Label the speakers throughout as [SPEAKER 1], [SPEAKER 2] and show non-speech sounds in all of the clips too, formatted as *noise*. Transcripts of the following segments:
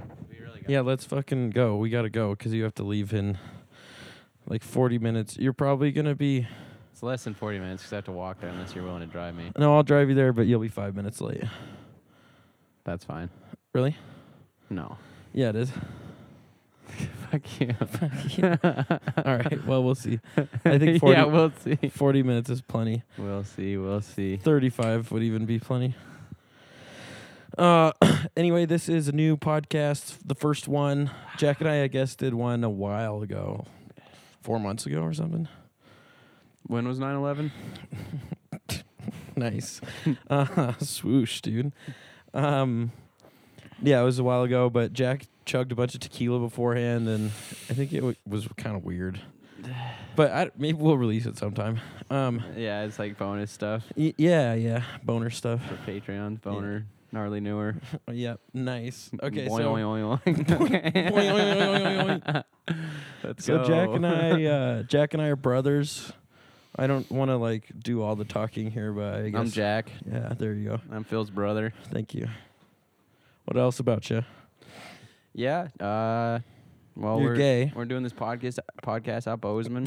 [SPEAKER 1] go.
[SPEAKER 2] Yeah, let's fucking go. We gotta go because you have to leave in like 40 minutes. You're probably gonna be.
[SPEAKER 1] It's less than 40 minutes because I have to walk there unless you're willing to drive me.
[SPEAKER 2] No, I'll drive you there, but you'll be five minutes late.
[SPEAKER 1] That's fine.
[SPEAKER 2] Really?
[SPEAKER 1] No. *laughs*
[SPEAKER 2] Yeah, it is. *laughs*
[SPEAKER 1] Fuck you. *laughs*
[SPEAKER 2] All right. Well, we'll see. I think 40,
[SPEAKER 1] yeah, we'll see.
[SPEAKER 2] 40 minutes is plenty.
[SPEAKER 1] We'll see. We'll see.
[SPEAKER 2] 35 would even be plenty. Uh, *clears throat* anyway, this is a new podcast, the first one. Jack and I, I guess, did one a while ago, four months ago or something.
[SPEAKER 1] When was 9 11?
[SPEAKER 2] *laughs* Nice. uh, *laughs* swoosh, dude. Um, yeah, it was a while ago, but Jack chugged a bunch of tequila beforehand, and I think it w- was kind of
[SPEAKER 1] *sighs*
[SPEAKER 2] weird. But I, maybe we'll release it sometime. Um,
[SPEAKER 1] Yeah, it's like bonus stuff
[SPEAKER 2] y- yeah, yeah, boner stuff. *laughs*
[SPEAKER 1] for Patreon. Boner. Gnarly newer. *laughs*
[SPEAKER 2] Yep, nice. Okay,
[SPEAKER 1] Boing,
[SPEAKER 2] so *laughs*
[SPEAKER 1] boing, boing, boing. *laughs*
[SPEAKER 2] Boing, boing, boing, boing, boing.
[SPEAKER 1] Let's
[SPEAKER 2] so
[SPEAKER 1] go.
[SPEAKER 2] Jack
[SPEAKER 1] *laughs*
[SPEAKER 2] and I, uh, Jack and I are brothers. I don't want to like do all the talking here, but I guess
[SPEAKER 1] I'm Jack.
[SPEAKER 2] yeah, there you go.
[SPEAKER 1] I'm Phil's brother.
[SPEAKER 2] Thank you. What else about you?
[SPEAKER 1] Yeah. Uh, well,
[SPEAKER 2] You're
[SPEAKER 1] we're
[SPEAKER 2] gay.
[SPEAKER 1] we're doing this podcast podcast out *laughs* Bozeman,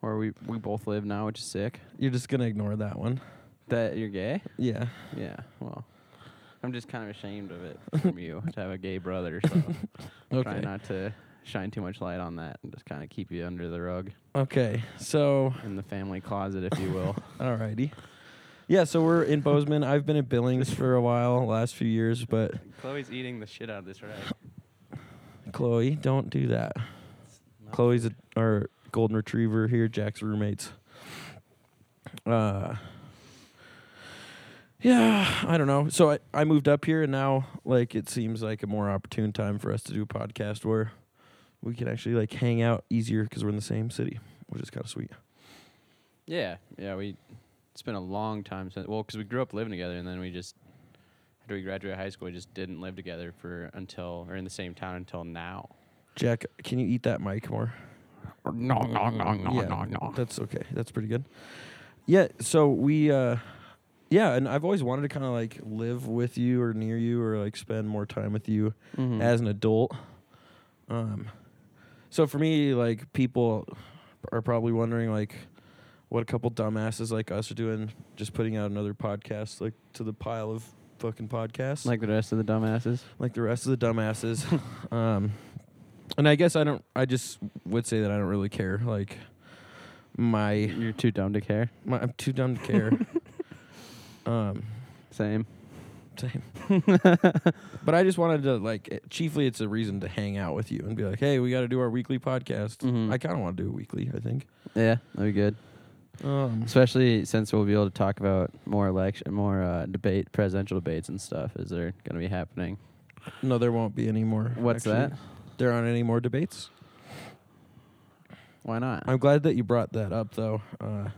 [SPEAKER 1] where we we both live now, which is sick.
[SPEAKER 2] You're just gonna ignore that one.
[SPEAKER 1] That you're gay?
[SPEAKER 2] Yeah.
[SPEAKER 1] Yeah. Well, I'm just kind of ashamed of it from *laughs* you to have a gay brother. So *laughs* try
[SPEAKER 2] Okay.
[SPEAKER 1] not to shine too much light on that and just kind of keep you under the rug
[SPEAKER 2] Okay. So,
[SPEAKER 1] in the family closet, if you *laughs* will.
[SPEAKER 2] alrighty. Yeah. So we're in Bozeman. I've been at Billings for a while, last few years, but
[SPEAKER 1] Chloe's eating the shit out of this right.
[SPEAKER 2] Chloe, don't do that.
[SPEAKER 1] No.
[SPEAKER 2] Chloe's a, our golden retriever here, Jack's roommates. Uh, yeah, I don't know. So I, I moved up here, and now like it seems like a more opportune time for us to do a podcast where we can actually like hang out easier because we're in the same city, which is kind of sweet.
[SPEAKER 1] Yeah, yeah. We it's been a long time since well, because we grew up living together, and then we just after we graduated high school, we just didn't live together for until or in the same town until now.
[SPEAKER 2] Jack, can you eat that mic more?
[SPEAKER 1] No, no, no,
[SPEAKER 2] yeah, That's okay. That's pretty good. Yeah, so we uh yeah, and I've always wanted to kind of like live with you or near you or like spend more time with you
[SPEAKER 1] Mm-hmm. Hmm.
[SPEAKER 2] as an adult. Um so for me like people are probably wondering like what a couple dumbasses like us are doing just putting out another podcast like to the pile of fucking podcasts
[SPEAKER 1] like the rest of the dumbasses.
[SPEAKER 2] like the rest of the dumbasses. *laughs* um, and I guess I don't. I just would say that I don't really care. Like my,
[SPEAKER 1] You're too dumb to care.
[SPEAKER 2] my I'm too dumb
[SPEAKER 1] *laughs*
[SPEAKER 2] to care. um,
[SPEAKER 1] Same.
[SPEAKER 2] same. but I just wanted to like. it- Chiefly, it's a reason to hang out with you and be like, hey, we got to do our weekly podcast.
[SPEAKER 1] Mhm.
[SPEAKER 2] I kind of want to do it weekly. I think.
[SPEAKER 1] Yeah, that'd be good.
[SPEAKER 2] Um,
[SPEAKER 1] Especially since we'll be able to talk about more election, more uh, debate, presidential debates and stuff. Is there going to be happening?
[SPEAKER 2] no, there won't be any more.
[SPEAKER 1] What's
[SPEAKER 2] actually.
[SPEAKER 1] that?
[SPEAKER 2] There aren't any more debates.
[SPEAKER 1] Why not?
[SPEAKER 2] I'm glad that you brought that up, though. Uh,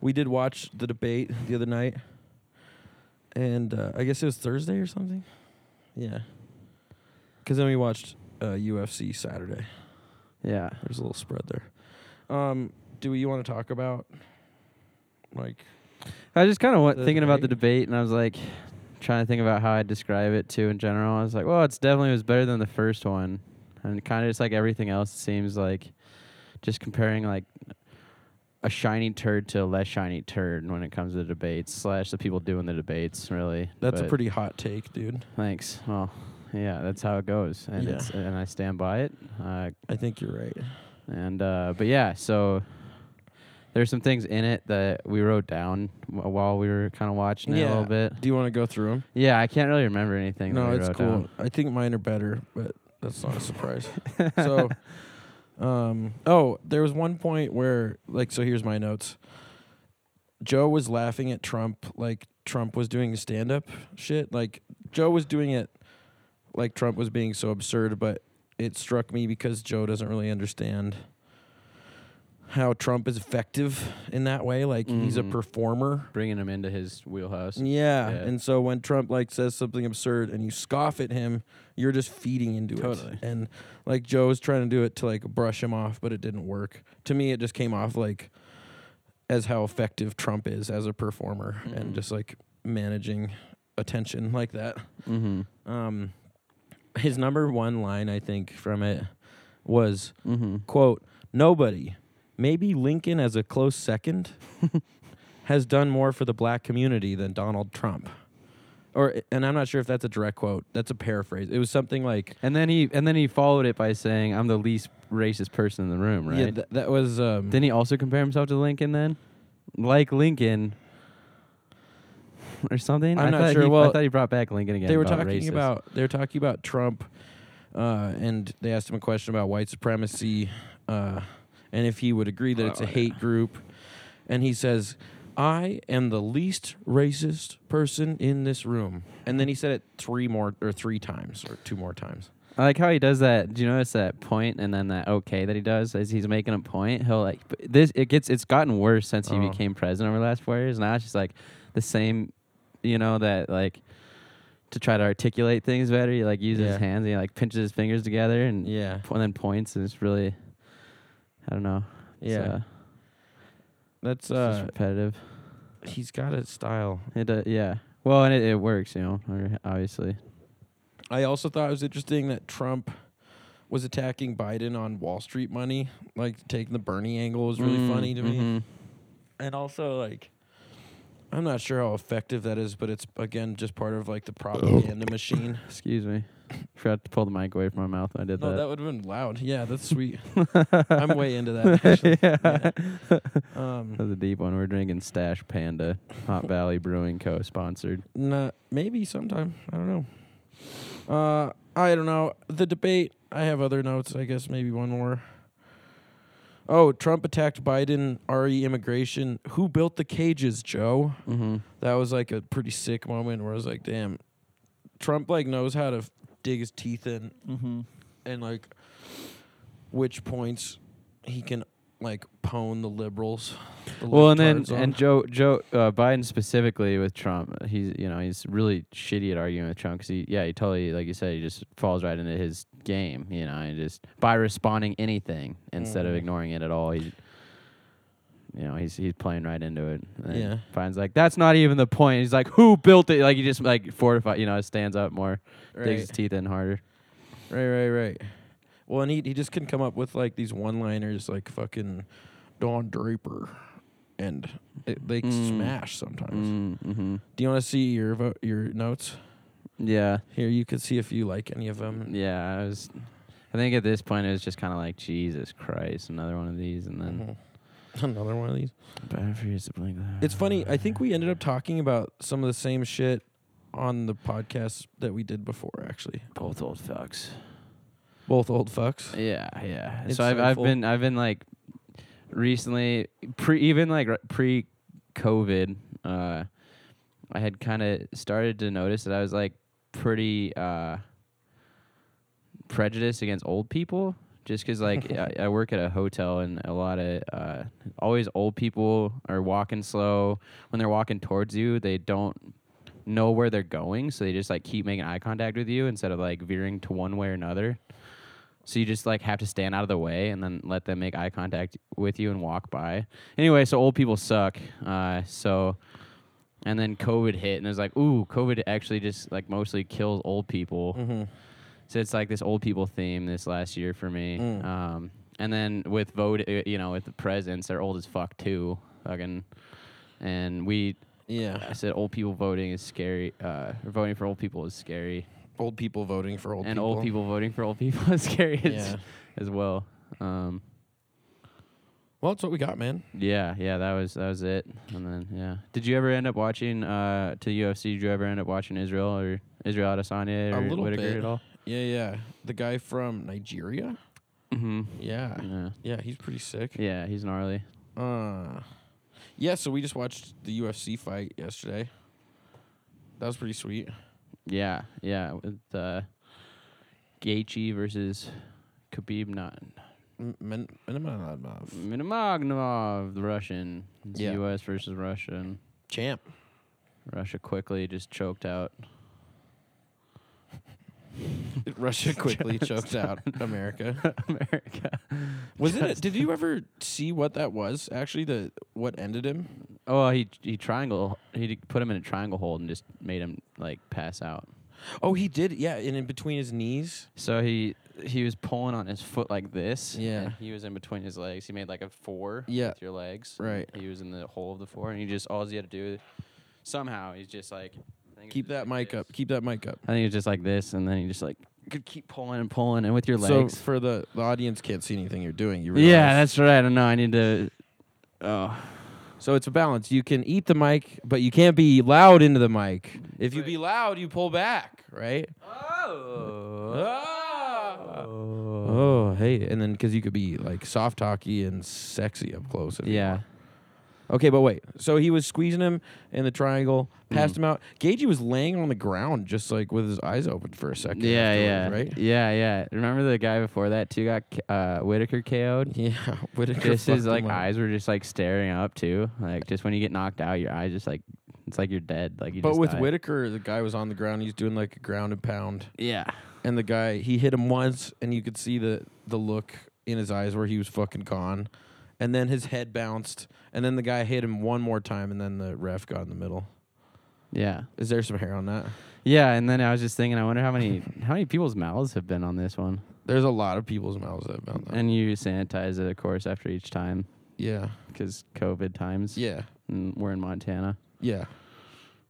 [SPEAKER 2] we did watch the debate the other night, and uh, I guess it was Thursday or something. Yeah, because then we watched uh, UFC Saturday.
[SPEAKER 1] yeah.
[SPEAKER 2] There's a little spread there. Um, do you want to talk about like?
[SPEAKER 1] I was just kind of wa-
[SPEAKER 2] The
[SPEAKER 1] thinking about the
[SPEAKER 2] debate?
[SPEAKER 1] debate, and I was like trying to think about how I describe it too in general. I was like, well, it's definitely was better than the first one, and kind of just like everything else it seems like just comparing like a shiny turd to a less shiny turd when it comes to debates slash the people doing the debates. Really,
[SPEAKER 2] That's a
[SPEAKER 1] But
[SPEAKER 2] pretty hot take, dude.
[SPEAKER 1] thanks. Well, yeah, that's how it goes, and
[SPEAKER 2] Yeah.
[SPEAKER 1] it's and I stand by it. Uh,
[SPEAKER 2] I think you're right.
[SPEAKER 1] and uh, but yeah, so there's some things in it that we wrote down w- while we were kind of watching it a little bit.
[SPEAKER 2] Do you want to go through them?
[SPEAKER 1] Yeah, I can't really remember anything. that
[SPEAKER 2] No,
[SPEAKER 1] we
[SPEAKER 2] it's
[SPEAKER 1] wrote
[SPEAKER 2] cool.
[SPEAKER 1] down.
[SPEAKER 2] I think mine are better, but that's not
[SPEAKER 1] *laughs*
[SPEAKER 2] a surprise. so, um, oh, there was one point where, like, so here's my notes. Joe was laughing at Trump, like Trump was doing stand up shit. Like Joe was doing it, like Trump was being so absurd, but it struck me because Joe doesn't really understand how Trump is effective in that way. Like he's a
[SPEAKER 1] Mhm.
[SPEAKER 2] performer.
[SPEAKER 1] Bringing him into his wheelhouse.
[SPEAKER 2] Yeah.
[SPEAKER 1] Yeah.
[SPEAKER 2] And so when Trump like says something absurd and you scoff at him, you're just feeding into
[SPEAKER 1] Totally.
[SPEAKER 2] it. And like Joe was trying to do it to like brush him off, but it didn't work. To me, it just came off like as how effective Trump is as a performer
[SPEAKER 1] Mhm.
[SPEAKER 2] and just like managing attention like that.
[SPEAKER 1] Mm-hmm.
[SPEAKER 2] Um his number one line I think from it was
[SPEAKER 1] Mm-hmm.
[SPEAKER 2] quote nobody maybe Lincoln as a close second has done more for the black community than Donald Trump. Or and I'm not sure if that's a direct quote. That's a paraphrase. It was something like
[SPEAKER 1] And then he and then he followed it by saying, "I'm the least racist person in the room." Right?
[SPEAKER 2] yeah, th- that was um,
[SPEAKER 1] Didn't he also compare himself to Lincoln then? Like Lincoln or something?
[SPEAKER 2] I'm
[SPEAKER 1] I
[SPEAKER 2] not
[SPEAKER 1] thought
[SPEAKER 2] sure.
[SPEAKER 1] He,
[SPEAKER 2] Well,
[SPEAKER 1] I thought he brought back Lincoln again.
[SPEAKER 2] they were
[SPEAKER 1] about
[SPEAKER 2] talking
[SPEAKER 1] racist.
[SPEAKER 2] about they were talking about Trump, uh, and they asked him a question about white supremacy, uh, and if he would agree that
[SPEAKER 1] Oh,
[SPEAKER 2] it's a hate group, and he says, "I am the least racist person in this room," and then he said it three more or three times or two more times.
[SPEAKER 1] I like how he does that. Do you notice that point and then that okay that he does as he's making a point? He'll like b- this. It gets it's gotten worse since
[SPEAKER 2] Oh.
[SPEAKER 1] he became president over the last four years. Now it's just like the same, you know that like to try to articulate things better. He like uses his
[SPEAKER 2] Yeah.
[SPEAKER 1] hands and he like pinches his fingers together and
[SPEAKER 2] Yeah,
[SPEAKER 1] and then points. And it's really, I don't know. It's,
[SPEAKER 2] yeah,
[SPEAKER 1] uh,
[SPEAKER 2] that's
[SPEAKER 1] it's just
[SPEAKER 2] uh,
[SPEAKER 1] repetitive.
[SPEAKER 2] he's got a style.
[SPEAKER 1] It uh, yeah. Well, and it, it works, you know, or- obviously.
[SPEAKER 2] I also thought it was interesting that Trump was attacking Biden on Wall Street money, like taking the Bernie angle was really
[SPEAKER 1] Mm,
[SPEAKER 2] funny to me.
[SPEAKER 1] mm-hmm.
[SPEAKER 2] and also like i'm not sure how effective that is but it's again just part of like the propaganda machine
[SPEAKER 1] Excuse me. *laughs* Forgot to pull the mic away from my mouth when I did
[SPEAKER 2] no that
[SPEAKER 1] that.
[SPEAKER 2] would have been loud yeah that's sweet i'm way into that actually. Yeah.
[SPEAKER 1] That
[SPEAKER 2] um
[SPEAKER 1] was a deep one. We're drinking Stash Panda, *laughs* Hot Valley Brewing Co. sponsored.
[SPEAKER 2] nah, maybe sometime i don't know uh i don't know the debate i have other notes i guess maybe one more Oh, Trump attacked Biden, RE immigration. Who built the cages, Joe?
[SPEAKER 1] Mm-hmm.
[SPEAKER 2] that was like a pretty sick moment where I was like, damn, Trump like knows how to f- dig his teeth in and like which points he can like pwn the liberals. the
[SPEAKER 1] Well, and then
[SPEAKER 2] libtards on.
[SPEAKER 1] and Joe Joe uh, Biden specifically with Trump, uh, he's you know he's really shitty at arguing with Trump because he yeah he totally like you said he just falls right into his game you know and just by responding anything instead of
[SPEAKER 2] Mhm.
[SPEAKER 1] ignoring it at all he you know he's he's playing right into it and
[SPEAKER 2] Yeah.
[SPEAKER 1] Biden's like that's not even the point he's like who built it like he just like fortify you know stands up more digs his
[SPEAKER 2] right,
[SPEAKER 1] teeth in harder
[SPEAKER 2] right, right, right. Well, and he he just can come up with like these one-liners like fucking Don Draper, and it, they
[SPEAKER 1] Mm.
[SPEAKER 2] smash sometimes.
[SPEAKER 1] mm-hmm.
[SPEAKER 2] Do you want to see your vo- your notes
[SPEAKER 1] yeah
[SPEAKER 2] here? You could see if you like any of them.
[SPEAKER 1] yeah I was I think at this point it was just kind of like Jesus Christ another one of these and then.
[SPEAKER 2] Mhm. *laughs* Another one of these. Mm-hmm. It's funny. I think we ended up talking about some of the same shit on the podcast that we did before, actually.
[SPEAKER 1] both old fucks.
[SPEAKER 2] Both old fucks.
[SPEAKER 1] Yeah, yeah.
[SPEAKER 2] It's
[SPEAKER 1] so I've I've
[SPEAKER 2] sinful.
[SPEAKER 1] been I've been like recently pre even like pre COVID, uh, I had kind of started to notice that I was like pretty uh, prejudiced against old people. Just because, like, I, I work at a hotel and a lot of uh, always old people are walking slow. When they're walking towards you, they don't know where they're going, so they just like keep making eye contact with you instead of like veering to one way or another. So you just like have to stand out of the way and then let them make eye contact with you and walk by. Anyway, so old people suck. Uh, so and then COVID hit and it was like, ooh, COVID actually just like mostly kills old people.
[SPEAKER 2] Mm-hmm.
[SPEAKER 1] So it's like this old people theme this last year for me.
[SPEAKER 2] Mm.
[SPEAKER 1] Um, and then with vote, uh, you know, with the presidents, they're old as fuck too. Fucking, and we I
[SPEAKER 2] Yeah.
[SPEAKER 1] said old people voting is scary. Uh, or voting for old people is scary,
[SPEAKER 2] Old people voting for old
[SPEAKER 1] and
[SPEAKER 2] people.
[SPEAKER 1] old people *laughs* voting for old people is scary as,
[SPEAKER 2] Yeah.
[SPEAKER 1] as well. Um,
[SPEAKER 2] Well, that's what we got, man.
[SPEAKER 1] yeah, yeah, that was that was it. And then yeah, did you ever end up watching uh, to the UFC? Did you ever end up watching Israel or Israel Adesanya
[SPEAKER 2] A
[SPEAKER 1] or
[SPEAKER 2] little
[SPEAKER 1] Whitaker
[SPEAKER 2] bit.
[SPEAKER 1] at all?
[SPEAKER 2] Yeah, yeah. The guy from Nigeria?
[SPEAKER 1] Mm-hmm.
[SPEAKER 2] Yeah.
[SPEAKER 1] Yeah,
[SPEAKER 2] Yeah, he's pretty sick.
[SPEAKER 1] yeah, he's gnarly.
[SPEAKER 2] Uh, yeah, so we just watched the UFC fight yesterday. That was pretty sweet.
[SPEAKER 1] Yeah, yeah, with uh, Gaethje versus Khabib not
[SPEAKER 2] M- men- Minimov.
[SPEAKER 1] Minamagnov, the Russian. It's
[SPEAKER 2] Yeah.
[SPEAKER 1] U.S. versus Russian. *laughs*
[SPEAKER 2] Champ.
[SPEAKER 1] Russia quickly just choked out.
[SPEAKER 2] Russia quickly
[SPEAKER 1] *laughs*
[SPEAKER 2] choked out America.
[SPEAKER 1] America.
[SPEAKER 2] *laughs* Was it? A, did you ever see what that was? Actually, the what ended him?
[SPEAKER 1] Oh, he he triangle. He d- put him in a triangle hold and just made him like pass out.
[SPEAKER 2] Oh, he did. Yeah, and in between his knees.
[SPEAKER 1] So he he was pulling on his foot like this.
[SPEAKER 2] Yeah.
[SPEAKER 1] And he was in between his legs. He made like a four
[SPEAKER 2] Yeah.
[SPEAKER 1] with your legs.
[SPEAKER 2] Right.
[SPEAKER 1] He was in the hole of the four and he just all he had to do somehow he's just like I think it was
[SPEAKER 2] Keep
[SPEAKER 1] just
[SPEAKER 2] that
[SPEAKER 1] like
[SPEAKER 2] mic
[SPEAKER 1] this.
[SPEAKER 2] up. Keep that mic up.
[SPEAKER 1] I think it was just like this and then he just like could keep pulling and pulling and with your legs.
[SPEAKER 2] So for the the audience can't see anything you're doing. You realize.
[SPEAKER 1] yeah, that's right. I don't know. I need to Oh.
[SPEAKER 2] so it's a balance. You can eat the mic, but you can't be loud into the mic. If you
[SPEAKER 1] Right.
[SPEAKER 2] be loud, you pull back, right?
[SPEAKER 1] Oh.
[SPEAKER 2] Ah! Oh, hey, and then because you could be like soft talky and sexy up close. if you
[SPEAKER 1] Yeah.
[SPEAKER 2] want. Okay, but wait. So he was squeezing him in the triangle, passed
[SPEAKER 1] Mm.
[SPEAKER 2] him out. Gagey was laying on the ground, just like with his eyes open for a second.
[SPEAKER 1] Yeah, yeah.
[SPEAKER 2] afterwards,
[SPEAKER 1] Yeah, yeah. Remember the guy before that too got K- uh Whitaker KO'd?
[SPEAKER 2] Right. *laughs* Yeah. Whitaker
[SPEAKER 1] Just
[SPEAKER 2] fucked
[SPEAKER 1] his like
[SPEAKER 2] him up.
[SPEAKER 1] eyes were just like staring up too. Like just when you get knocked out, your eyes just like it's like you're dead. Like you.
[SPEAKER 2] But
[SPEAKER 1] just
[SPEAKER 2] with
[SPEAKER 1] died.
[SPEAKER 2] Whitaker, the guy was on the ground. He's doing like a ground and pound,
[SPEAKER 1] yeah,
[SPEAKER 2] and the guy he hit him once, and you could see the the look in his eyes where he was fucking gone. And then his head bounced, and then the guy hit him one more time, and then the ref got in the middle.
[SPEAKER 1] yeah,
[SPEAKER 2] Is there some hair on that?
[SPEAKER 1] yeah. And then I was just thinking, I wonder how many how many people's mouths have been on this one.
[SPEAKER 2] There's a lot of people's mouths that bound that.
[SPEAKER 1] And you sanitize it, of course, after each time
[SPEAKER 2] yeah,
[SPEAKER 1] because COVID times.
[SPEAKER 2] yeah,
[SPEAKER 1] And we're in Montana,
[SPEAKER 2] yeah.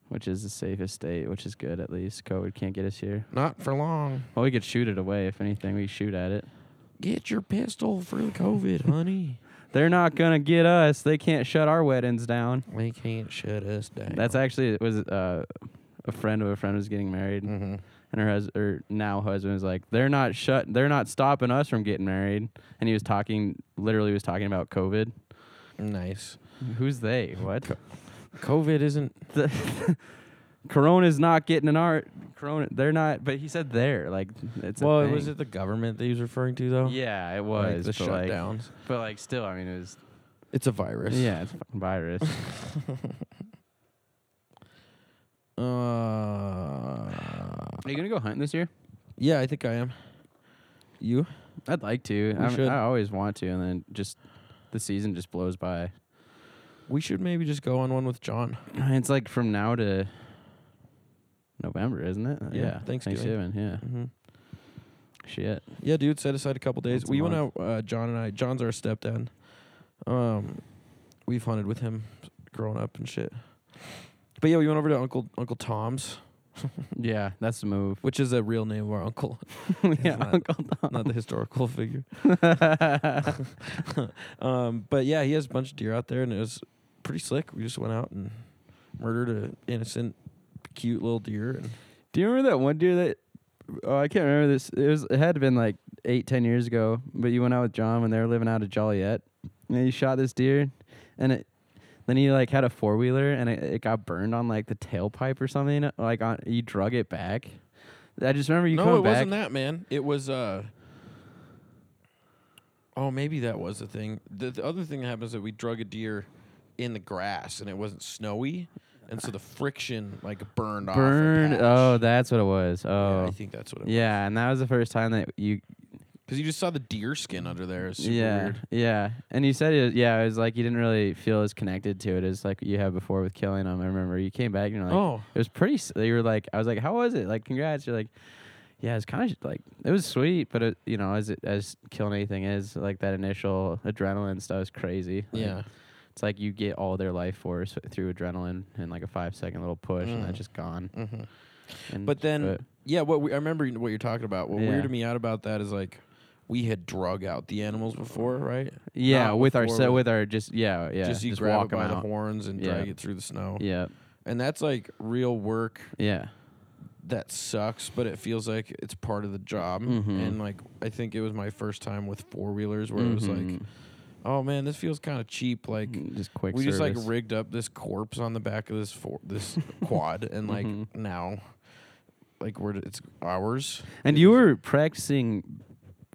[SPEAKER 1] which is the safest state, which is good at least. COVID can't get us here.
[SPEAKER 2] Not for long.
[SPEAKER 1] Well, we could shoot it away if anything. We shoot at it.
[SPEAKER 2] Get your pistol for the COVID, honey.
[SPEAKER 1] They're not gonna get us. They can't shut our weddings down.
[SPEAKER 2] They can't shut us down.
[SPEAKER 1] That's actually it was uh, a friend of a friend was getting married,
[SPEAKER 2] hmm
[SPEAKER 1] and her husband, or now husband, was like, "They're not shut. They're not stopping us from getting married." And he was talking, literally, was talking about COVID.
[SPEAKER 2] nice.
[SPEAKER 1] Who's they? What?
[SPEAKER 2] Co- COVID isn't.
[SPEAKER 1] Corona's not getting in our Corona. They're not. But he said they're like it's. a
[SPEAKER 2] well,
[SPEAKER 1] thing.
[SPEAKER 2] was it the government that he was referring to though?
[SPEAKER 1] Yeah, it
[SPEAKER 2] Like,
[SPEAKER 1] was.
[SPEAKER 2] the
[SPEAKER 1] but, like,
[SPEAKER 2] shutdowns.
[SPEAKER 1] but like, still, I mean, it was.
[SPEAKER 2] it's a virus.
[SPEAKER 1] Yeah, it's a fucking
[SPEAKER 2] *laughs*
[SPEAKER 1] virus.
[SPEAKER 2] Uh,
[SPEAKER 1] Are you gonna go hunting this year?
[SPEAKER 2] yeah, I think I am. You?
[SPEAKER 1] I'd like to.
[SPEAKER 2] We
[SPEAKER 1] I,
[SPEAKER 2] should.
[SPEAKER 1] mean, I always want to, and then just the season just blows by.
[SPEAKER 2] We should maybe just go on one with John.
[SPEAKER 1] It's like from now to November, isn't it?
[SPEAKER 2] Yeah, Thanksgiving.
[SPEAKER 1] Thanksgiving. Yeah.
[SPEAKER 2] Mm-hmm.
[SPEAKER 1] Shit.
[SPEAKER 2] Yeah, dude, set aside a couple days.
[SPEAKER 1] Once a
[SPEAKER 2] we went out, uh, John and I. John's our stepdad. Um, we've hunted with him growing up and shit. But yeah, we went over to Uncle Uncle Tom's,
[SPEAKER 1] Yeah, that's the move.
[SPEAKER 2] which is a real name of our uncle,
[SPEAKER 1] *laughs*
[SPEAKER 2] *laughs*
[SPEAKER 1] yeah,
[SPEAKER 2] not-
[SPEAKER 1] Uncle Tom.
[SPEAKER 2] not the historical *laughs* figure.
[SPEAKER 1] *laughs*
[SPEAKER 2] Um, but yeah, he has a bunch of deer out there, and it was pretty slick. We just went out and murdered an innocent, cute little deer. And
[SPEAKER 1] Do you remember that one deer that? Oh, I can't remember this. It was. It had to been like eight, ten years ago. But you went out with John when they were living out of Joliet, and you shot this deer, and it. Then he like had a four wheeler, and it, it got burned on like the tailpipe or something. Like on, you drug it back. I just remember you
[SPEAKER 2] no,
[SPEAKER 1] coming
[SPEAKER 2] it
[SPEAKER 1] back.
[SPEAKER 2] wasn't that, man. It was. uh Oh, maybe that was the thing. The, the other thing that happens is that we drug a deer in the grass, and it wasn't snowy, and so the friction like burned off. a
[SPEAKER 1] Burned.
[SPEAKER 2] patch.
[SPEAKER 1] Oh, that's what it was.
[SPEAKER 2] Yeah, I
[SPEAKER 1] Oh,
[SPEAKER 2] think that's what
[SPEAKER 1] yeah,
[SPEAKER 2] it. Yeah,
[SPEAKER 1] and that was the first time that you.
[SPEAKER 2] because you just saw the deer skin under there. It's super
[SPEAKER 1] yeah,
[SPEAKER 2] weird.
[SPEAKER 1] yeah, and you said it. Yeah, it was like you didn't really feel as connected to it as like you had before with killing them. I remember you came back and you're like,
[SPEAKER 2] oh,
[SPEAKER 1] it was pretty. s- You were like, I was like, how was it? Like, congrats. You're like, yeah, it's kind of like it was sweet, but it, you know, as it, as killing anything is, like that initial adrenaline stuff is crazy. Like,
[SPEAKER 2] yeah.
[SPEAKER 1] it's like you get all their life force through adrenaline and like a five second little push,
[SPEAKER 2] Mm.
[SPEAKER 1] and that's just gone.
[SPEAKER 2] hmm
[SPEAKER 1] And
[SPEAKER 2] But then, yeah, what we, I remember what you're talking about. What
[SPEAKER 1] Yeah.
[SPEAKER 2] weirded me out about that is like we had drug out the animals before, right?
[SPEAKER 1] Yeah,
[SPEAKER 2] Not
[SPEAKER 1] with our
[SPEAKER 2] before,
[SPEAKER 1] set,
[SPEAKER 2] but
[SPEAKER 1] with our just yeah, yeah,
[SPEAKER 2] just you grab
[SPEAKER 1] walk
[SPEAKER 2] it by
[SPEAKER 1] 'em
[SPEAKER 2] the
[SPEAKER 1] out.
[SPEAKER 2] horns and drag
[SPEAKER 1] Yeah.
[SPEAKER 2] it through the snow,
[SPEAKER 1] Yeah,
[SPEAKER 2] and that's like real work
[SPEAKER 1] yeah,
[SPEAKER 2] that sucks, but it feels like it's part of the job.
[SPEAKER 1] Mhm.
[SPEAKER 2] And like I think it was my first time with four wheelers where it was like,
[SPEAKER 1] Mhm.
[SPEAKER 2] oh man, this feels kind of cheap. Like
[SPEAKER 1] Mm, just quick.
[SPEAKER 2] Mm-hmm. we just like
[SPEAKER 1] service.
[SPEAKER 2] rigged up this corpse on the back of this for- *laughs* this quad, and like
[SPEAKER 1] Mhm.
[SPEAKER 2] now, like we're it's ours.
[SPEAKER 1] and you were practicing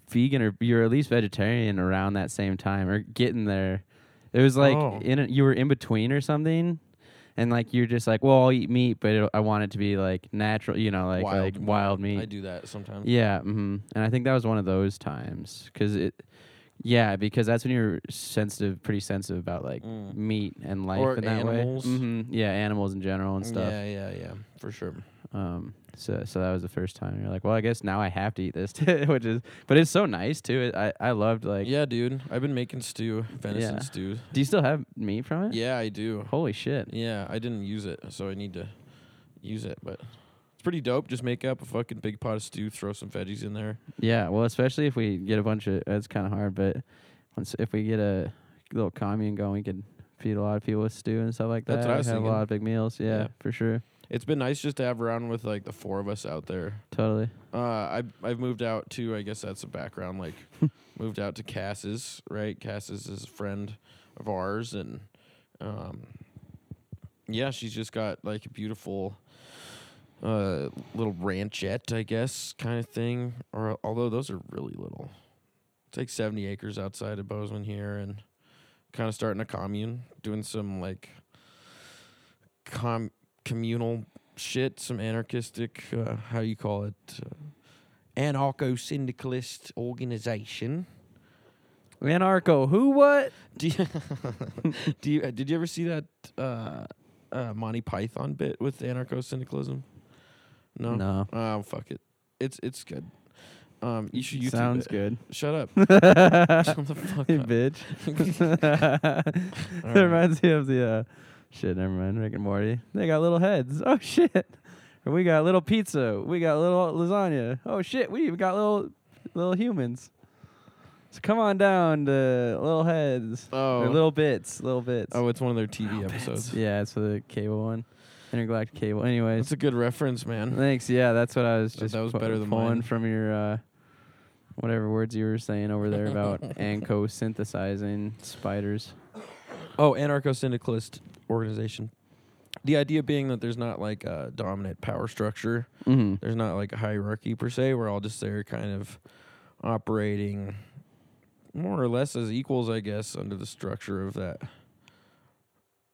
[SPEAKER 1] vegan or you're at least vegetarian around that same time or getting there. It was like
[SPEAKER 2] Oh.
[SPEAKER 1] in a, you were in between or something, and like you're just like, well, I'll eat meat, but it, I want it to be like natural, you know, like
[SPEAKER 2] Wild
[SPEAKER 1] like wild meat.
[SPEAKER 2] I do that sometimes.
[SPEAKER 1] Yeah, mm-hmm. and I think that was one of those times because it, yeah, because that's when you're sensitive, pretty sensitive about like
[SPEAKER 2] Mm.
[SPEAKER 1] meat and life
[SPEAKER 2] Or
[SPEAKER 1] in that Mm-hmm.
[SPEAKER 2] animals.
[SPEAKER 1] way. hmm Yeah, animals in general and stuff.
[SPEAKER 2] Yeah, yeah, yeah, for sure.
[SPEAKER 1] Um, So, so that was the first time. You're like, well, I guess now I have to eat this, *laughs* which is, but it's so nice too. It, I, I loved like.
[SPEAKER 2] yeah, dude. I've been making stew, venison
[SPEAKER 1] Yeah.
[SPEAKER 2] stew.
[SPEAKER 1] Do you still have meat from it?
[SPEAKER 2] Yeah, I do.
[SPEAKER 1] Holy shit.
[SPEAKER 2] Yeah, I didn't use it, so I need to use it. But it's pretty dope. Just make up a fucking big pot of stew, throw some veggies in there.
[SPEAKER 1] Yeah. Well, especially if we get a bunch of, it's kind of hard, but once if we get a little commune going, we could feed a lot of people with stew and stuff like that.
[SPEAKER 2] That's what I was
[SPEAKER 1] have
[SPEAKER 2] thinking.
[SPEAKER 1] a lot of big meals. Yeah,
[SPEAKER 2] Yeah.
[SPEAKER 1] for sure.
[SPEAKER 2] It's been nice just to have around with like the four of us out there.
[SPEAKER 1] Totally.
[SPEAKER 2] Uh, I I've moved out to I guess that's the background. Like moved out to Cass's, right? Cass's is a friend of ours, and um, yeah, she's just got like a beautiful uh little ranchette, I guess, kind of thing. Or although those are really little, it's like seventy acres outside of Bozeman here, and kind of starting a commune, doing some like com communal shit, some anarchistic, uh, how you call it, uh, anarcho syndicalist organization.
[SPEAKER 1] Anarcho, who, what?
[SPEAKER 2] Do you, *laughs* do you, uh, did you ever see that uh, uh, Monty Python bit with anarcho syndicalism? No.
[SPEAKER 1] No.
[SPEAKER 2] Oh, fuck it. It's it's good. Um, you should YouTube
[SPEAKER 1] Sounds
[SPEAKER 2] it. *laughs*
[SPEAKER 1] good. *laughs*
[SPEAKER 2] Shut up. Shut the fuck
[SPEAKER 1] Hey,
[SPEAKER 2] up. *laughs*
[SPEAKER 1] bitch. *laughs*
[SPEAKER 2] All
[SPEAKER 1] it
[SPEAKER 2] right.
[SPEAKER 1] reminds me of the uh, shit. Never mind. Rick and Morty. They got little heads. Oh *laughs* shit. We got little pizza. We got little lasagna. Oh shit. We even got little little humans. So come on down to little heads.
[SPEAKER 2] Oh.
[SPEAKER 1] Or little bits. Little bits.
[SPEAKER 2] Oh, it's one of their TV episodes.
[SPEAKER 1] Yeah, it's for the cable one. Intergalactic cable. Anyways.
[SPEAKER 2] That's a good reference, man.
[SPEAKER 1] Thanks. Yeah, that's what I was
[SPEAKER 2] That-
[SPEAKER 1] just
[SPEAKER 2] that was
[SPEAKER 1] pu-
[SPEAKER 2] better than
[SPEAKER 1] pulling
[SPEAKER 2] mine.
[SPEAKER 1] from your uh, whatever words you were saying over there
[SPEAKER 2] *laughs*
[SPEAKER 1] about anco synthesizing spiders.
[SPEAKER 2] Oh, anarcho syndicalist organization. The idea being that there's not like a dominant power structure.
[SPEAKER 1] Mm-hmm.
[SPEAKER 2] There's not like a hierarchy per se. We're all just there kind of operating more or less as equals, I guess, under the structure of that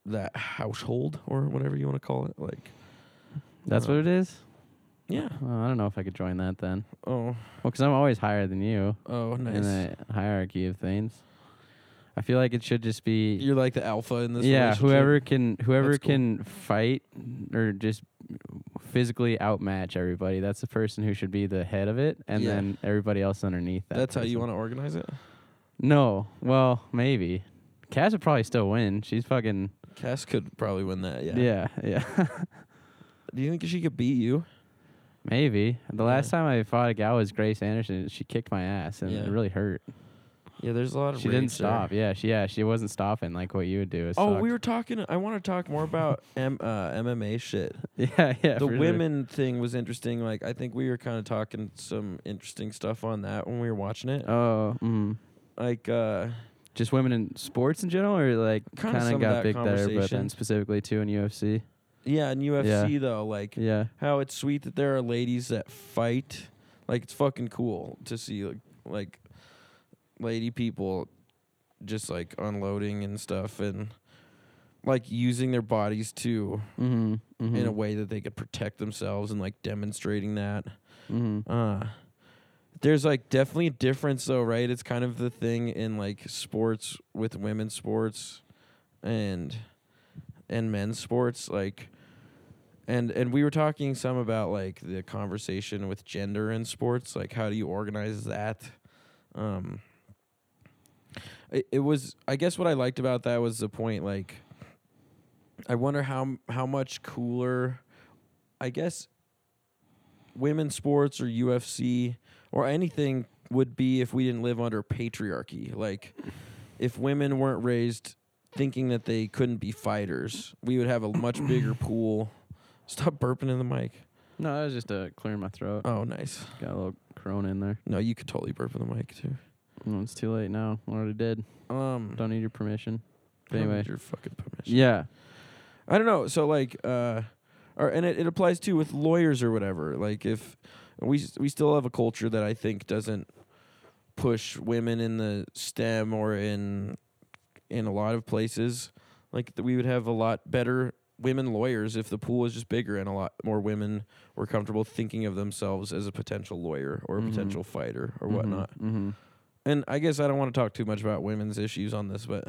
[SPEAKER 2] that household or whatever you want to call it. Like
[SPEAKER 1] That's what it is.
[SPEAKER 2] Yeah.
[SPEAKER 1] Oh, I don't know if I could join that then.
[SPEAKER 2] Oh
[SPEAKER 1] Well, because I'm always higher than you
[SPEAKER 2] oh
[SPEAKER 1] in
[SPEAKER 2] nice.
[SPEAKER 1] the hierarchy of things. I feel like it should just be
[SPEAKER 2] You're like the alpha in this
[SPEAKER 1] yeah.
[SPEAKER 2] relationship.
[SPEAKER 1] Whoever can whoever
[SPEAKER 2] That's cool.
[SPEAKER 1] can fight or just physically outmatch everybody. That's the person who should be the head of it, and
[SPEAKER 2] Yeah.
[SPEAKER 1] then everybody else underneath that.
[SPEAKER 2] that's how you
[SPEAKER 1] person.
[SPEAKER 2] want to organize it?
[SPEAKER 1] No. Well, maybe. Cass would probably still win. She's fucking
[SPEAKER 2] Cass could probably win that, yeah.
[SPEAKER 1] yeah, yeah. *laughs*
[SPEAKER 2] Do you think she could beat you?
[SPEAKER 1] maybe. The last time I fought a gal was Grace Anderson. She kicked my ass and
[SPEAKER 2] Yeah.
[SPEAKER 1] it really hurt.
[SPEAKER 2] Yeah, there's a lot of
[SPEAKER 1] She
[SPEAKER 2] rage
[SPEAKER 1] didn't
[SPEAKER 2] there.
[SPEAKER 1] stop. Yeah, she yeah, she wasn't stopping like what you would do. It
[SPEAKER 2] Oh,
[SPEAKER 1] sucked.
[SPEAKER 2] we were talking. I want to talk more about M, uh, MMA shit.
[SPEAKER 1] *laughs* Yeah, yeah. for
[SPEAKER 2] the
[SPEAKER 1] sure.
[SPEAKER 2] women thing was interesting. Like, I think we were kind of talking some interesting stuff on that when we were watching it.
[SPEAKER 1] Oh, mm.
[SPEAKER 2] Like, uh,
[SPEAKER 1] Just women in sports in general or like
[SPEAKER 2] Kinda
[SPEAKER 1] kind
[SPEAKER 2] some
[SPEAKER 1] of
[SPEAKER 2] of
[SPEAKER 1] got
[SPEAKER 2] that
[SPEAKER 1] big there, but
[SPEAKER 2] conversation.
[SPEAKER 1] then specifically too in UFC.
[SPEAKER 2] yeah, in UFC though, like
[SPEAKER 1] Yeah.
[SPEAKER 2] how it's sweet that there are ladies that fight. Like, it's fucking cool to see like, like lady people just like unloading and stuff and like using their bodies too
[SPEAKER 1] Mm-hmm.
[SPEAKER 2] in a way that they could protect themselves and like demonstrating that.
[SPEAKER 1] Mm-hmm.
[SPEAKER 2] Uh there's like definitely a difference though, right? It's kind of the thing in like sports with women's sports and and men's sports like and and we were talking some about like the conversation with gender in sports, like how do you organize that? Um it, it was I guess what I liked about that was the point like I wonder how how much cooler I guess women's sports or UFC or anything would be if we didn't live under patriarchy. Like if women weren't raised thinking that they couldn't be fighters, we would have a much bigger pool. Stop burping in the mic.
[SPEAKER 1] No, that was just uh, clearing my throat.
[SPEAKER 2] Oh, nice.
[SPEAKER 1] Got a little corona in there.
[SPEAKER 2] No, you could totally burp in the mic too.
[SPEAKER 1] No, it's too late now. Already did.
[SPEAKER 2] Um,
[SPEAKER 1] Don't need your permission.
[SPEAKER 2] I don't
[SPEAKER 1] anyway.
[SPEAKER 2] need your fucking permission.
[SPEAKER 1] Yeah.
[SPEAKER 2] I don't know. So like, uh, or and it, it applies too with lawyers or whatever. Like if we s- we still have a culture that I think doesn't push women in the STEM or in in a lot of places. Like that we would have a lot better women lawyers if the pool was just bigger and a lot more women were comfortable thinking of themselves as a potential lawyer or a
[SPEAKER 1] Mhm.
[SPEAKER 2] potential fighter or whatnot.
[SPEAKER 1] Mm-hmm.
[SPEAKER 2] And I guess I don't want to talk too much about women's issues on this, but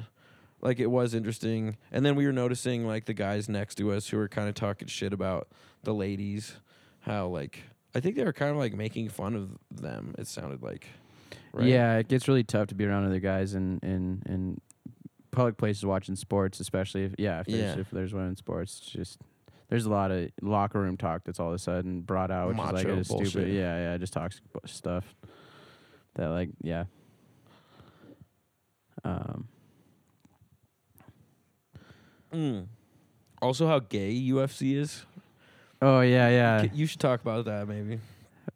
[SPEAKER 2] like it was interesting. And then we were noticing like the guys next to us who were kind of talking shit about the ladies how like I think they were kind of like making fun of them. It sounded like.
[SPEAKER 1] Yeah, it gets really tough to be around other guys in in in public places watching sports, especially if yeah, if there's,
[SPEAKER 2] Yeah.
[SPEAKER 1] if there's women in sports, it's just there's a lot of locker room talk that's all of a sudden brought out, which is
[SPEAKER 2] Macho
[SPEAKER 1] like a
[SPEAKER 2] bullshit.
[SPEAKER 1] stupid. Yeah, yeah, just toxic bu- stuff. That like yeah. Um.
[SPEAKER 2] Mm. Also, how gay UFC is.
[SPEAKER 1] Oh yeah, yeah.
[SPEAKER 2] K- you should talk about that maybe.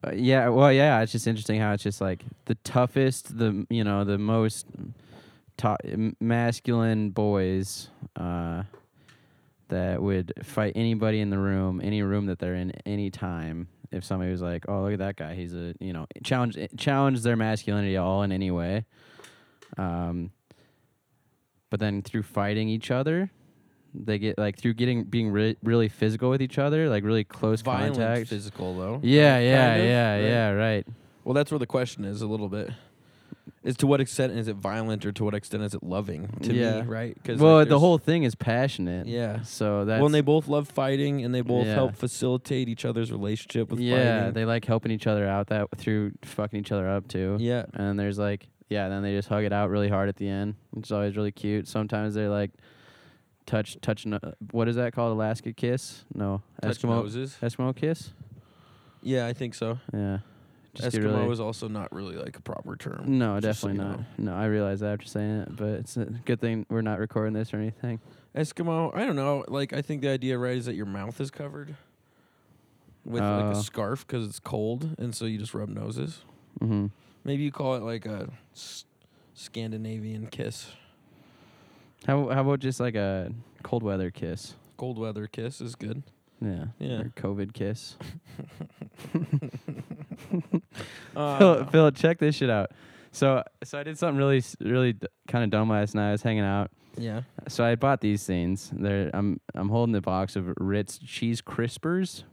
[SPEAKER 1] Uh, yeah, well, yeah, it's just interesting how it's just like the toughest, the you know, the most to- m- masculine boys uh, that would fight anybody in the room, any room that they're in, any time. If somebody was like, "Oh, look at that guy, he's a you know challenge eh, challenge their masculinity all in any way," um, but then through fighting each other. They get like through getting being re- really physical with each other, like really close
[SPEAKER 2] Violent
[SPEAKER 1] contact.
[SPEAKER 2] physical though.
[SPEAKER 1] Yeah, yeah,
[SPEAKER 2] kind of,
[SPEAKER 1] yeah,
[SPEAKER 2] right?
[SPEAKER 1] yeah, right.
[SPEAKER 2] Well, that's where the question is a little bit. Is to what extent is it violent or to what extent is it loving to
[SPEAKER 1] Yeah.
[SPEAKER 2] me, right? Because
[SPEAKER 1] Well, the whole thing is passionate.
[SPEAKER 2] yeah.
[SPEAKER 1] So that's
[SPEAKER 2] Well, and they both love fighting and they both
[SPEAKER 1] Yeah.
[SPEAKER 2] help facilitate each other's relationship with
[SPEAKER 1] yeah,
[SPEAKER 2] fighting.
[SPEAKER 1] they like helping each other out that through fucking each other up too.
[SPEAKER 2] yeah.
[SPEAKER 1] And there's like yeah, then they just hug it out really hard at the end, which is always really cute. Sometimes they're like touch touching uh, what is that called Alaska kiss? No,
[SPEAKER 2] Touch
[SPEAKER 1] Eskimo
[SPEAKER 2] noses.
[SPEAKER 1] Eskimo kiss.
[SPEAKER 2] Yeah, I think so.
[SPEAKER 1] Yeah. get
[SPEAKER 2] Eskimo
[SPEAKER 1] really-
[SPEAKER 2] is also not really like a proper term.
[SPEAKER 1] no,
[SPEAKER 2] just so
[SPEAKER 1] definitely
[SPEAKER 2] you
[SPEAKER 1] not. No, I realize that after saying it, but it's a good thing we're not recording this or anything.
[SPEAKER 2] Eskimo, I don't know. Like, I think the idea, right, is that your mouth is covered with like
[SPEAKER 1] Oh.
[SPEAKER 2] a scarf because it's cold, and so you just rub noses.
[SPEAKER 1] hmm
[SPEAKER 2] Maybe you call it like a s- Scandinavian kiss.
[SPEAKER 1] How how about just like a cold weather kiss?
[SPEAKER 2] Cold weather kiss is good.
[SPEAKER 1] *laughs* Yeah.
[SPEAKER 2] Yeah.
[SPEAKER 1] Or COVID kiss. *laughs*
[SPEAKER 2] Uh,
[SPEAKER 1] Phil, Phil, check this shit out. So, so I did something really, s- really kind of dumb last night. I was hanging out.
[SPEAKER 2] yeah.
[SPEAKER 1] So I bought these things. They're, I'm, I'm holding the box of Ritz cheese crispers.